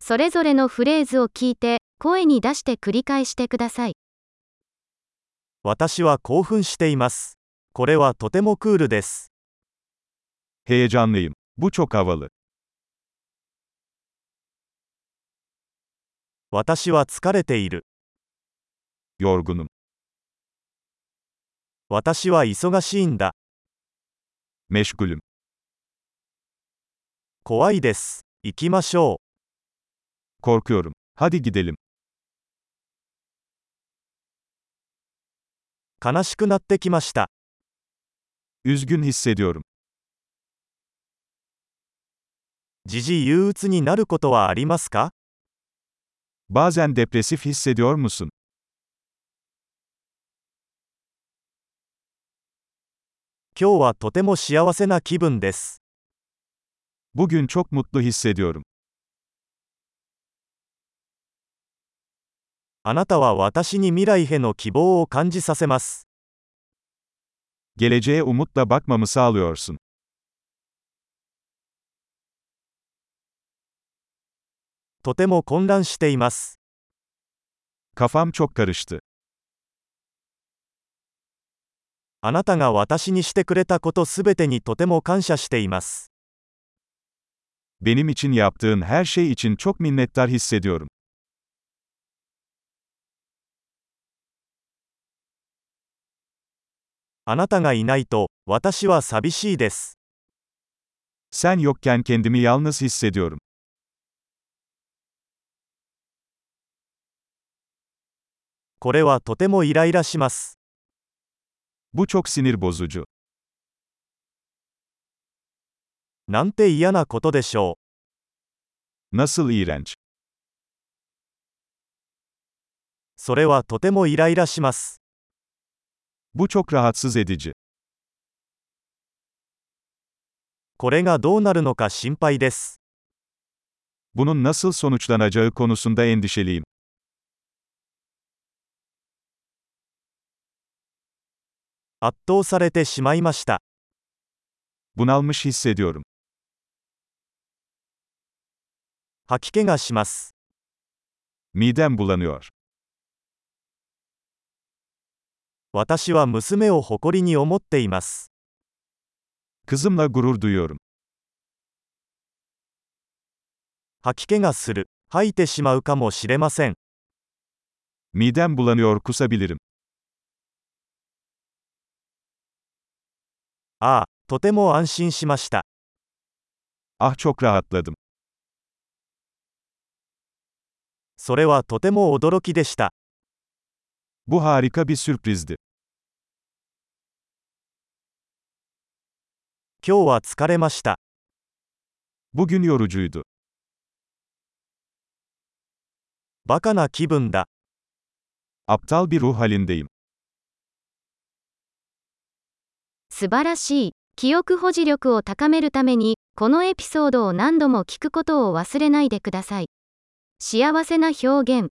それぞれのフレーズを聞いて、声に出して繰り返してください。私は興奮しています。これはとてもクールです。 Heyecanlıyım. Bu çok havalı. 私は疲れている。 Yorgunum. 私は忙しいんだ。 Meşgulüm. 怖いです。行きましょう。 Korkuyorum. Hadi gidelim. 悲しくなってきました。 Üzgün hissediyorum. 時々憂鬱になることはありますか Bazen depresif hissediyor musun? 今日はとても幸せな気分です。 Bugün çok mutlu hissediyorum. あなたは私に未来への希望を感じさせます。 Geleceğe umutla bakmamı sağlıyorsun. とても混乱しています。 Kafam çok karıştı. あなたが私にしてくれたことすべてにとても感謝しています。 Benim için yaptığın her şey için çok minnettar hissediyorum. あなたがいないと、私は寂しいです。 Sen yokken kendimi yalnız hissediyorum. これはとてもイライラします。 Bu çok sinir bozucu. なんて嫌なことでしょ Nasıl iğrenç. う。それはとてもイライラします。 Bu çok rahatsız edici. これがどうなるのか心配です。 Bunun nasıl sonuçlanacağı konusunda endişeliyim. 圧倒されてしまいました。 Bunalmış hissediyorum. 吐き気がします。 Midem bulanıyor. 私は娘を誇りに思っています。 Kızımla gurur duyuyorum. 吐き気がする。吐いてしまうかもしれません。 Midem bulanıyor kusabilirim. ああ、とても安心しました。 Ah çok rahatladım. それはとても驚きでした。 Bu harika bir sürprizdi. 今日は疲れました。 Bugün yorucuydu. バカな気分だ。 Aptal bir ruh halindeyim. 素晴らしい。記憶保持力を高めるために、このエピソードを何度も聞くことを忘れないでください。幸せな表現。